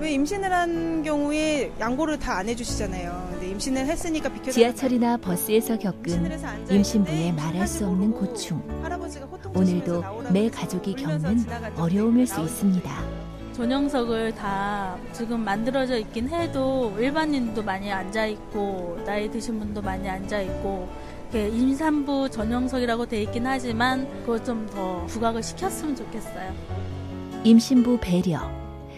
왜 임신을 한 경우에 양보를 다 안 해주시잖아요. 근데 임신을 했으니까 비켜. 지하철이나 버스에서 겪은 임신부의 말할 수 없는 고충. 오늘도 매 가족이 겪는 어려움일 수 있습니다. 전용석을 다 지금 만들어져 있긴 해도 일반인도 많이 앉아 있고 나이 드신 분도 많이 앉아 있고 임산부 전용석이라고 돼 있긴 하지만 그걸 좀 더 부각을 시켰으면 좋겠어요. 임신부 배려,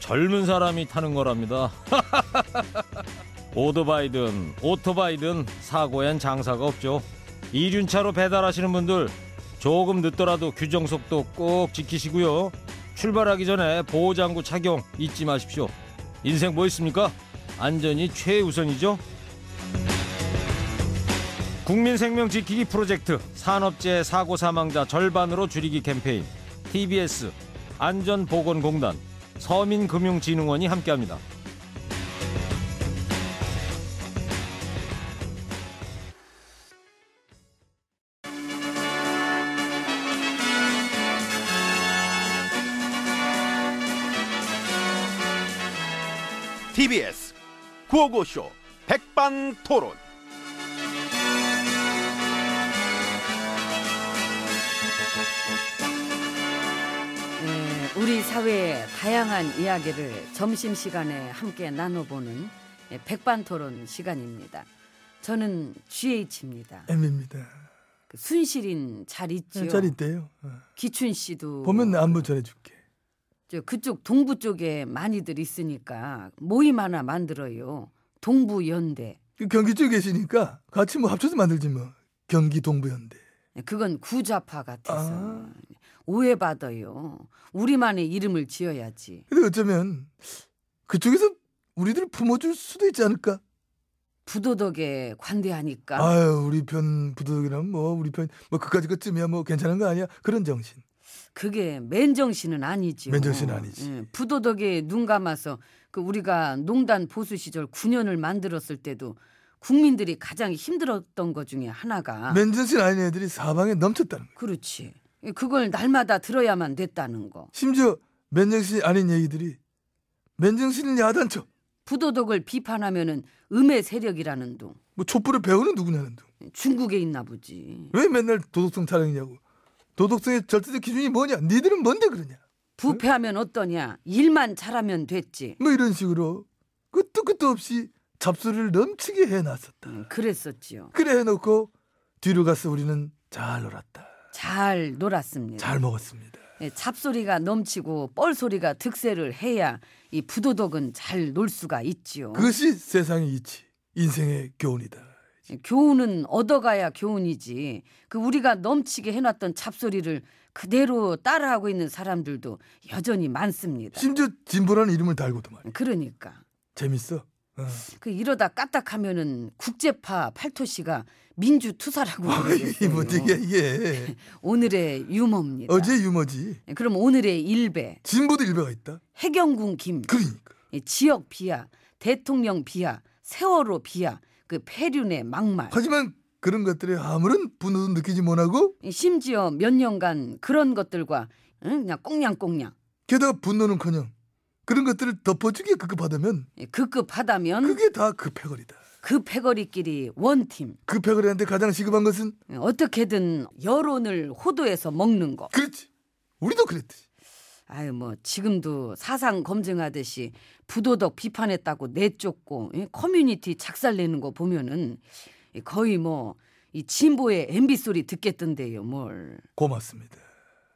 젊은 사람이 타는 거랍니다 오토바이든 오토바이든 사고엔 장사가 없죠 이륜차로 배달하시는 분들 조금 늦더라도 규정 속도 꼭 지키시고요 출발하기 전에 보호장구 착용 잊지 마십시오 인생 뭐 있습니까? 안전이 최우선이죠 국민 생명 지키기 프로젝트 산업재해 사고 사망자 절반으로 줄이기 캠페인 TBS 안전보건공단 서민금융진흥원이 함께합니다. TBS 구호고쇼 백반토론. 네, 우리 사회의 다양한 이야기를 점심시간에 함께 나눠보는 네, 백반토론 시간입니다. 저는 GH입니다. 그 M입니다. 순실인 잘 있죠. 잘 있대요. 어. 기춘 씨도 보면 안부 전해줄게. 저 그쪽 동부 쪽에 많이들 있으니까 모임 하나 만들어요. 동부 연대. 그 경기 쪽에 계시니까 같이 뭐 합쳐서 만들지 뭐. 경기 동부연대. 네, 그건 구좌파 같아서 아. 오해받아요. 우리만의 이름을 지어야지. 근데 어쩌면 그쪽에서 우리들 품어줄 수도 있지 않을까? 부도덕에 관대하니까 아유 우리 편 부도덕이라면 뭐 우리 편 뭐 그까지 것쯤이야 뭐 괜찮은 거 아니야 그런 정신. 그게 맨정신은 아니죠. 맨정신은 아니지. 예, 부도덕에 눈 감아서 그 우리가 농단 보수 시절 9년을 만들었을 때도 국민들이 가장 힘들었던 것 중에 하나가 맨정신 아닌 애들이 사방에 넘쳤다는 거야. 그렇지. 예, 그걸 날마다 들어야만 됐다는 거. 심지어 맨정신 아닌 얘기들이 맨정신인 야단쳐. 부도덕을 비판하면은 음의 세력이라는 둥. 예, 뭐 촛불을 배우는 누구냐는 둥. 중국에 있나 보지. 왜 맨날 도덕성 타령이냐고. 도덕성의 절대적 기준이 뭐냐? 니들은 뭔데 그러냐? 부패하면 어떠냐? 일만 잘하면 됐지. 뭐 이런 식으로 끝도 끝도 없이 잡소리를 넘치게 해놨었다. 음, 그랬었지요. 그래 해놓고 뒤로 가서 우리는 잘 놀았다. 음. 잘 놀았습니다. 잘 먹었습니다. 예, 잡소리가 넘치고 뻘소리가 득세를 해야 이 부도덕은 잘 놀 수가 있지요. 그것이 세상의 이치, 인생의 교훈이다. 예, 교훈은 얻어가야 교훈이지. 그 우리가 넘치게 해놨던 잡소리를 그대로 따라하고 있는 사람들도 여전히 많습니다. 심지어 진보라는 이름을 달고도 말이야. 그러니까 재밌어. 어. 그 이러다 까딱하면은 국제파 팔토시가 민주투사라고 이게 뭐 이게 그러겠어요. 이게 오늘의 유머입니다. 어제 유머지. 예, 그럼 오늘의 일배 진보도 일배가 있다. 해경군 김. 그러니까 이 예, 지역 비하, 대통령 비하, 세월호 비하, 그 폐륜의 막말. 하지만 그런 것들에 아무런 분노도 느끼지 못하고 이 예, 심지어 몇 년간 그런 것들과 응? 그냥 꽁냥꽁냥 게다가 분노는커녕 그런 것들을 덮어주기에 급급하다면 이 예, 급급하다면 그게 다 급해거리다. 그 패거리끼리 원팀 예, 급해거리한테 가장 시급한 것은 어떻게든 여론을 호도해서 먹는 거. 그렇지. 우리도 그랬듯이. 아유 뭐 지금도 사상 검증하듯이 부도덕 비판했다고 내쫓고 이 커뮤니티 작살내는 거 보면은 이 거의 뭐 이 진보의 MB 소리 듣겠던데요 뭘. 고맙습니다.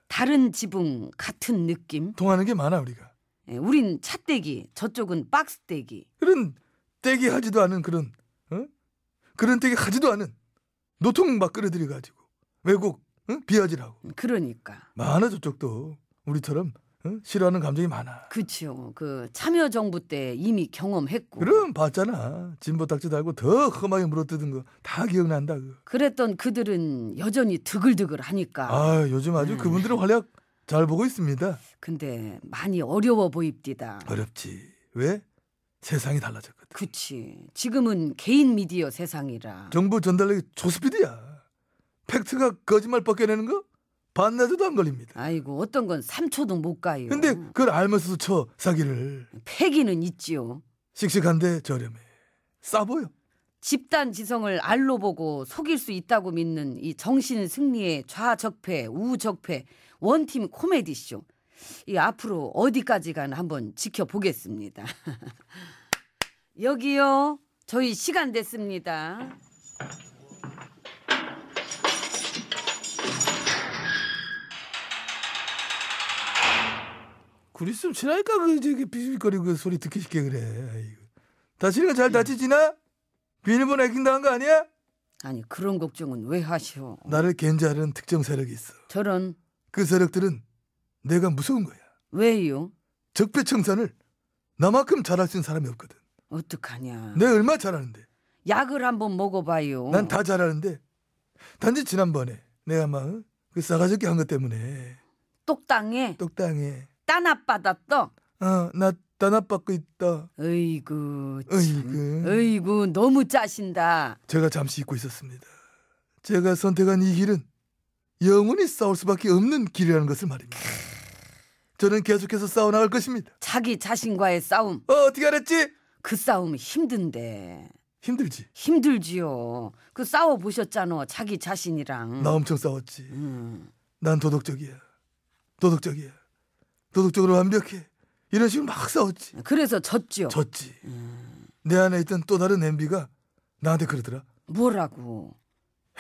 다른 지붕 같은 느낌. 통하는 게 많아 우리가. 예, 우린 차떼기, 저쪽은 박스떼기. 그런 떼기 하지도 않은 그런 어? 그런 떼기 하지도 않은 노통 막 끌어들여 가지고 왜곡 응? 비하질하고 그러니까 많아 저쪽도 우리처럼 어? 싫어하는 감정이 많아. 그치요. 그 참여정부 때 이미 경험했고. 그럼 봤잖아. 진보 딱지 달고 더 험하게 물어뜯은 거 다 기억난다. 그. 그랬던 그들은 여전히 드글드글 하니까. 아 요즘 음. 아주 그분들의 활약 잘 보고 있습니다. 근데 많이 어려워 보입디다. 어렵지. 왜? 세상이 달라졌거든. 그치. 지금은 개인 미디어 세상이라. 정보 전달력이 조스피드야. 팩트가 거짓말 벗겨내는 거 반나절도 안 걸립니다. 아이고 어떤 건 3초도 못 가요. 근데 그걸 알면서도 쳐 사기를 패기는 있지요. 씩씩한데 저렴해. 싸 보여. 집단 지성을 알로 보고 속일 수 있다고 믿는 이 정신 승리의 좌적패, 우적패, 원팀 코미디쇼. 이 앞으로 어디까지 가나 한번 지켜보겠습니다. 여기요. 저희 시간 됐습니다. 구리스 치라니까 그 저기 비실거리고 그 소리 듣기 쉽게 그래. 아이고. 다치니까 잘 다치지나? 비밀번호 해킹당한 거 아니야? 아니 그런 걱정은 왜 하시오? 나를 견제하는 특정 세력이 있어. 저런 그 세력들은 내가 무서운 거야. 왜요? 적폐청산을 나만큼 잘할 수 있는 사람이 없거든. 어떡하냐? 내가 얼마나 잘하는데. 약을 한번 먹어봐요. 난 다 잘하는데 단지 지난번에 내가 막 그 싸가지게 한 것 때문에 똑당에 똑당해. 따납받아 떠. 어, 나 단합받고 있다. 어이구 참. 어이구. 어이구 너무 짜신다. 제가 잠시 잊고 있었습니다. 제가 선택한 이 길은 영원히 싸울 수밖에 없는 길이라는 것을 말입니다. 저는 계속해서 싸워나갈 것입니다. 자기 자신과의 싸움. 어, 어떻게 알았지? 그 싸움 힘든데. 힘들지. 힘들지요. 그 싸워 보셨잖아. 자기 자신이랑. 나 엄청 싸웠지. 음. 난 도덕적이야. 도덕적이야. 도덕적으로 완벽해. 이런 식으로 막 싸웠지. 그래서 졌죠. 졌지. 음. 내 안에 있던 또 다른 MB가 나한테 그러더라. 뭐라고?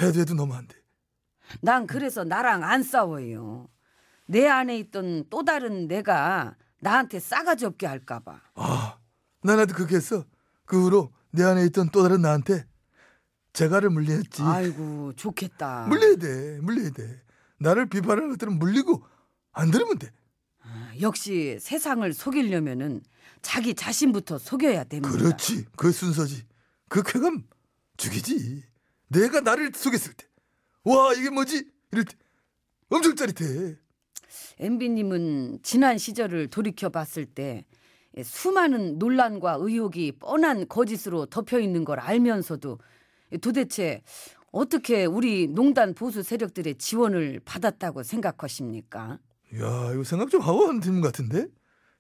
해도 해도 너무 안 돼. 난 그래서 나랑 안 싸워요. 내 안에 있던 또 다른 내가 나한테 싸가지 없게 할까봐. 아, 나한테 그렇게 했어. 그 후로 내 안에 있던 또 다른 나한테 제가를 물리했지. 아이고 좋겠다. 물려야 돼. 물려야 돼. 나를 비판하는 것들은 물리고 안 들으면 돼. 역시 세상을 속이려면은 자기 자신부터 속여야 됩니다. 그렇지. 그 순서지. 그 쾌감 죽이지. 내가 나를 속였을 때. 와 이게 뭐지? 이럴 때 엄청 짜릿해. MB님은 지난 시절을 돌이켜 봤을 때 예, 수많은 논란과 의혹이 뻔한 거짓으로 덮여 있는 걸 알면서도 예, 도대체 어떻게 우리 농단 보수 세력들의 지원을 받았다고 생각하십니까? 야 이거 생각 좀 하고 하는 질문 같은데.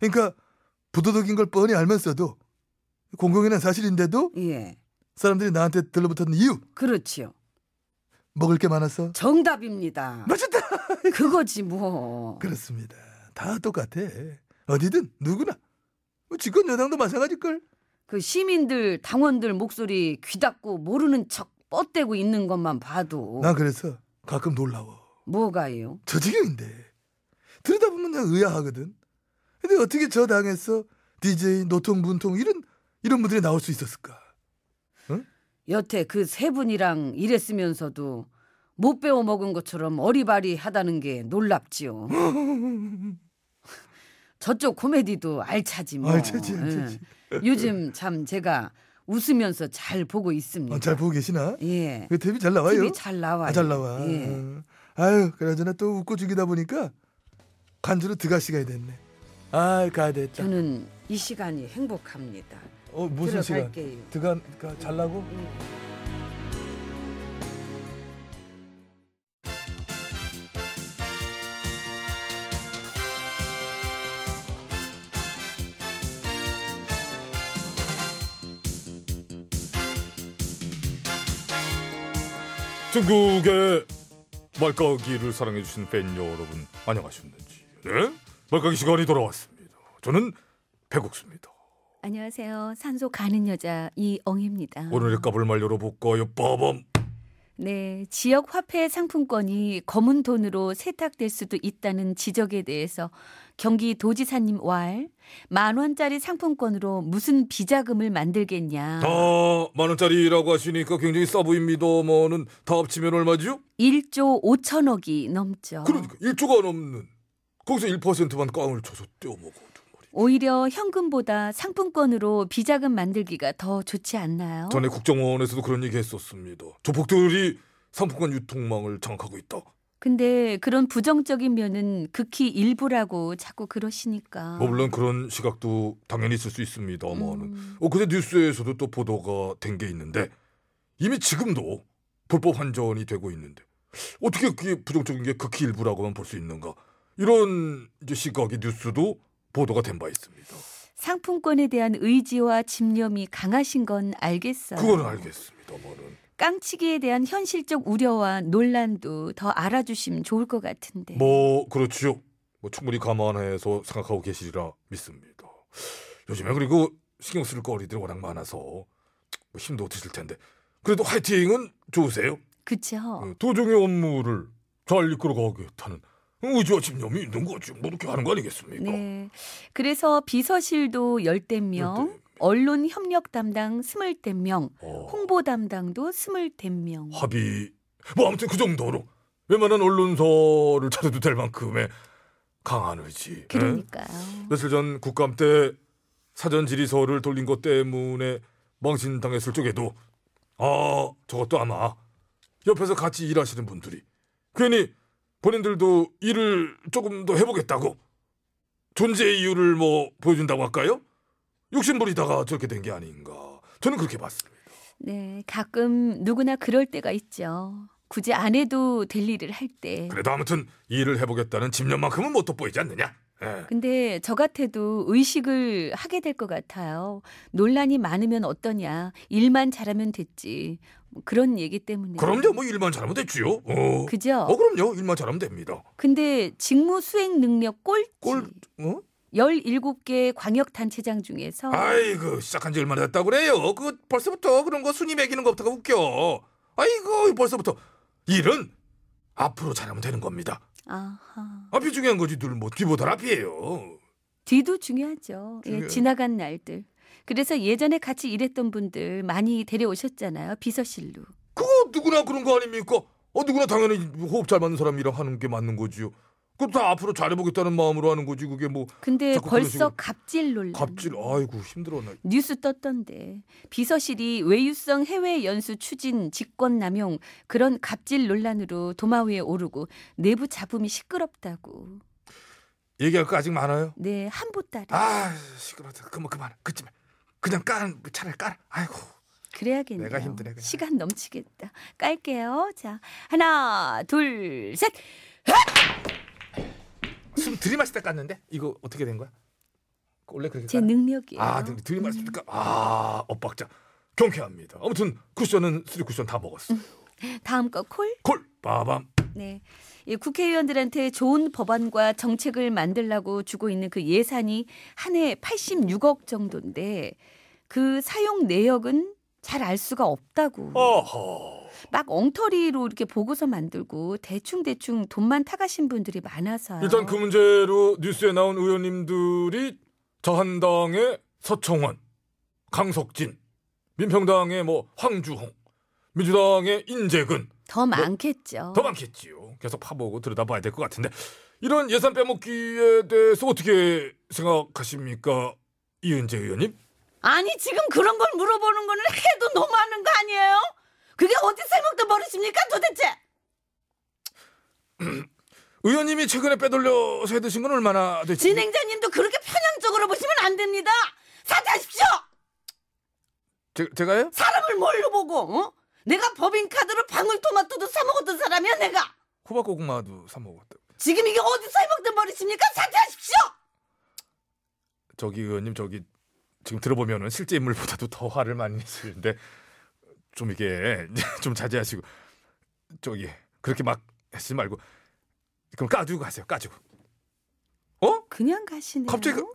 그러니까 부도덕인 걸 뻔히 알면서도 공공연한 사실인데도 예, 사람들이 나한테 들러붙었는 이유 그렇지요. 먹을 게 많아서 정답입니다. 맛있다. 그거지 뭐. 그렇습니다. 다 똑같아. 어디든 누구나. 뭐 집권 여당도 마찬가지걸. 그 시민들 당원들 목소리 귀닫고 모르는 척 뻗대고 있는 것만 봐도 난 그래서 가끔 놀라워. 뭐가요? 저 지경인데. 들여다보면 그냥 의아하거든. 근데 어떻게 저 당에서 DJ, 노통, 문통 이런 이런 분들이 나올 수 있었을까? 여태 그 세 분이랑 일했으면서도 못 배워 먹은 것처럼 어리바리하다는 게 놀랍지요. 저쪽 코미디도 알차지 뭐. 알차지, 알차지. 예. 요즘 참 제가 웃으면서 잘 보고 있습니다. 어, 잘 보고 계시나? 예. 그 탭이 잘 나와요. TV 잘 나와요. 아, 잘 나와. 예. 어. 아유, 그나저나 또 웃고 죽이다 보니까 간주로 드가 시간이 됐네. 아, 가야 됐다. 저는 이 시간이 행복합니다. 어, 무슨 시간? 들어갈게요. 드가 가- 잘라고? 전국의 말까기를 사랑해주신 팬 여러분 안녕하셨는지 네? 말까기 시간이 돌아왔습니다 저는 배국수입니다 안녕하세요. 산소 가는 여자 이엉입니다. 오늘의 까불말 열어볼까요 빠밤 네, 지역 화폐 상품권이 검은 돈으로 세탁될 수도 있다는 지적에 대해서 경기 도지사님 왈, 만 원짜리 상품권으로 무슨 비자금을 만들겠냐. 아 만원짜리라고 하시니까 굉장히 싸 보입니다만은 어. 다 합치면 얼마지요? 1조 5천억이 넘죠. 그러니까 1조가 넘는 거기서 1%만 꽝을 쳐서 떼어먹어. 오히려 현금보다 상품권으로 비자금 만들기가 더 좋지 않나요? 전에 국정원에서도 그런 얘기 했었습니다. 조폭들이 상품권 유통망을 장악하고 있다. 근데 그런 부정적인 면은 극히 일부라고 자꾸 그러시니까. 뭐 물론 그런 시각도 당연히 있을 수 있습니다만은. 음. 어 근데 뉴스에서도 또 보도가 된 게 있는데 이미 지금도 불법 환전이 되고 있는데 어떻게 그게 부정적인 게 극히 일부라고만 볼 수 있는가? 이런 이제 시각이 뉴스도 보도가 된 바 있습니다. 상품권에 대한 의지와 집념이 강하신 건 알겠어요. 그거는 알겠습니다만은. 깡치기에 대한 현실적 우려와 논란도 더 알아주시면 좋을 것 같은데. 뭐 그렇지요. 뭐 충분히 감안해서 생각하고 계시리라 믿습니다. 요즘에 그리고 신경 쓸 거리들이 워낙 많아서 뭐 힘도 드실 텐데 그래도 화이팅은 좋으세요. 그렇죠. 어. 도중의 업무를 잘 이끌어 가겠다는 의지와 집념이 있는 거죠. 뭐 이렇게 하는 거 아니겠습니까? 네. 그래서 비서실도 10대명, 언론 협력 담당 20대명, 어. 홍보 담당도 20대명. 아, 합의 뭐 아무튼 그 정도로 웬만한 언론사를 차려도 될 만큼의 강한 의지. 예? 그러니까요. 며칠 전 국감 때 사전 질의서를 돌린 것 때문에 망신당했을 적에도 아 저것도 아마 옆에서 같이 일하시는 분들이 괜히 본인들도 일을 조금 더 해보겠다고 존재의 이유를 뭐 보여준다고 할까요? 욕심부리다가 저렇게 된 게 아닌가 저는 그렇게 봤습니다. 네, 가끔 누구나 그럴 때가 있죠. 굳이 안 해도 될 일을 할 때. 그래도 아무튼 일을 해보겠다는 집념만큼은 못 돋보이지 않느냐? 네. 예. 근데 저 같아도 의식을 하게 될 것 같아요. 논란이 많으면 어떠냐. 일만 잘하면 됐지. 뭐 그런 얘기 때문에. 그럼요, 뭐 일만 잘하면 됐지요. 어. 그죠? 어, 그럼요, 일만 잘하면 됩니다. 근데 직무 수행 능력 꼴찌. 꼴, 어? 17개 광역단체장 중에서 아이고 시작한 지 얼마나 됐다 그래요? 그 벌써부터 그런 거 순위 매기는 것부터가 웃겨. 아이고 벌써부터 일은 앞으로 잘하면 되는 겁니다. 아하. 앞이 중요한 거지 늘 뭐 뒤보다 앞이에요. 뒤도 중요하죠. 예, 중요해요. 지나간 날들. 그래서 예전에 같이 일했던 분들 많이 데려오셨잖아요. 비서실로. 그거 누구나 그런 거 아닙니까? 어 누구나 당연히 호흡 잘 맞는 사람이랑 하는 게 맞는 거지요. 그럼 다 앞으로 잘해보겠다는 마음으로 하는 거지 그게 뭐 근데 자꾸 그런 벌써 식으로 갑질 논란. 갑질 아이고 힘들어 나 뉴스 떴던데 비서실이 외유성 해외 연수 추진 직권 남용 그런 갑질 논란으로 도마 위에 오르고 내부 잡음이 시끄럽다고 얘기할 거 아직 많아요. 네 한보따리 아 시끄럽다 그만 그만 그쯤에 그냥 까는 차라리 깔 아이고 그래야겠네요 내가 힘드네, 그냥. 시간 넘치겠다 깔게요 자 하나 둘셋 숨 들이마실 때 깠는데 이거 어떻게 된 거야? 원래 그렇게 제 깠나? 능력이에요 아, 들- 들이마십니까? 아, 엇박자. 경쾌합니다. 아무튼 쿠션은 쓰리 쿠션 다 먹었어요. 다음 거콜 콜 빠밤. 네. 이 국회의원들한테 좋은 법안과 정책을 만들라고 주고 있는 그 예산이 한 해 86억 정도인데 그 사용 내역은 잘 알 수가 없다고. 어허. 막 엉터리로 이렇게 보고서 만들고 대충대충 돈만 타가신 분들이 많아서. 일단 그 문제로 뉴스에 나온 의원님들이 저한당의 서청원, 강석진, 민평당의 뭐 황주홍, 민주당의 인재근 더 어. 많겠죠. 뭐, 더 많겠지요. 계속 파보고 들여다봐야 될 것 같은데 이런 예산 빼먹기에 대해서 어떻게 생각하십니까, 이은재 의원님? 아니 지금 그런 걸 물어보는 거는 해도 너무하는 거 아니에요? 그게 어디 쓸먹도 버릇입니까 도대체? 의원님이 최근에 빼돌려서 해드신 건 얼마나 됐지? 진행자님도 그렇게 편향적으로 보시면 안 됩니다. 사퇴하십시오. 제, 제가요? 사람을 뭘로 보고? 어? 내가 법인카드로 방울토마토도 사 먹었던 사람이야 내가. 호박고구마도 사 먹었다. 지금 이게 어디서 해먹던 버릇입니까? 사퇴하십시오. 저기 의원님 저기 지금 들어보면은 실제 인물보다도 더 화를 많이 내시는데 좀 이게 좀 자제하시고 저기 그렇게 막 하시지 말고 그럼 까주고 가세요. 까주고. 네. 어? 그냥 가시네요. 갑자기 그-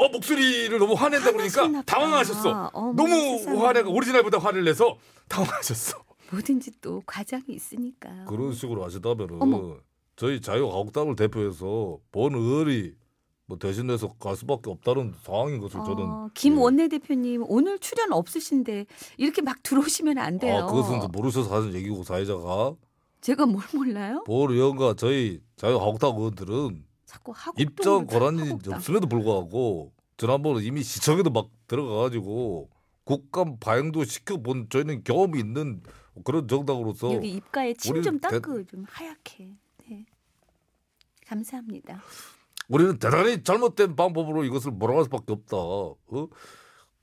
어 목소리를 너무 화낸다 화나셨나 그러니까 봐. 당황하셨어. 어머, 너무 세상에. 화내가 오리지널보다 화를 내서 당황하셨어. 뭐든지 또 과장이 있으니까. 그런 식으로 하시다면은 아. 어머. 저희 자유한국당을 대표해서 본 의원이 뭐 대신해서 갈 수밖에 없다는 상황인 것을 저는 예. 어, 김 예. 원내대표님 오늘 출연 없으신데 이렇게 막 들어오시면 안 돼요. 아 그것은 이제 뭐 모르셔서 하는 얘기고 사회자가 뭐 제가 뭘 몰라요? 본 의원과 저희 자유한국당 의원들은 자꾸 하고 입장 권한이 없음에도 불구하고 지난번에 이미 시청에도 막 들어가가지고 국감 방향도 시켜본 저희는 경험이 있는 그런 정당으로서 여기 입가에 침 좀뭐 우리는 대- 닦고 좀 하얗게. 네. 감사합니다. 우리는 대단히 잘못된 방법으로 이것을 몰아갈 수밖에 없다. 어?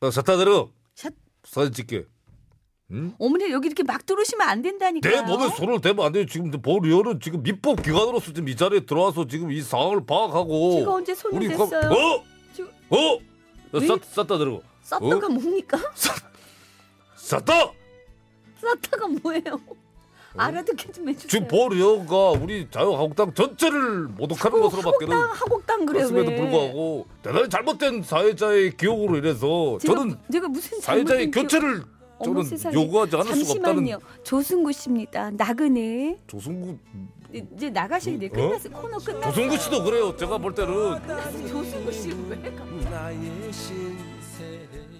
야, 샷다 내려. 샷. 사진 찍게. 응? 어머니 여기 이렇게 막 들어오시면 안 내 된다니까요. 몸에 손을 대면 안 돼요. 지금 본 의원은 지금 입법 기관으로서 지금 이 자리에 들어와서 지금 이 상황을 파악하고 제가 언제 손을 가- 댔어요? 네? 어? 지금 어? 왜? 쌌, 쌌다 들고. 어? 쌌다가 뭡니까? 쌌다. 쌌다가 뭐예요? 알아듣게 좀 해주세요. 어? 지금 본 의원과 우리 자유한국당 전체를 모독하는 것으로밖에는 한국당 어, 그 그래 그렇음에도 왜? 불구하고 대단히 잘못된 사회자의 기억으로 인해서 제가, 저는 제가 무슨 잘못된 사회자의 기억- 교체를 어머, 저는 세상에. 요구하지 않을 수가 없다는 잠시만요. 조승구 씨입니다. 나그네 조승구 이제 나가셔야 돼요. 끝났어. 코너 끝났어. 조승구 씨도 그래요. 제가 볼 때는 조승구 씨왜 나의 신세계